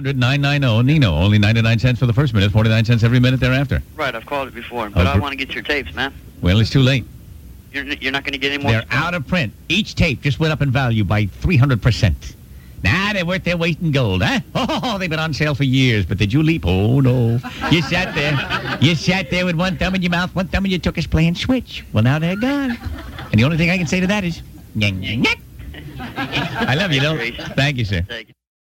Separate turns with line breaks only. oh,
990 Nino. Only 99 cents for the first minute, 49 cents every minute thereafter.
Right, I've called it before, but
Oh,
I
gr-
want to get your tapes, man.
Well, it's too late.
You're, n- you're not going to get any more.
They're out of print. Each tape just went up in value by 300%. Nah, they're worth their weight in gold, huh? Oh, they've been on sale for years, but did you leap? Oh, no. You sat there. You sat there with one thumb in your mouth, one thumb in your tuchus playing Switch. Well, now they're gone. And the only thing I can say to that is, nyang, nyang, nyang. I love you, though. Thank you, sir.
Thank you.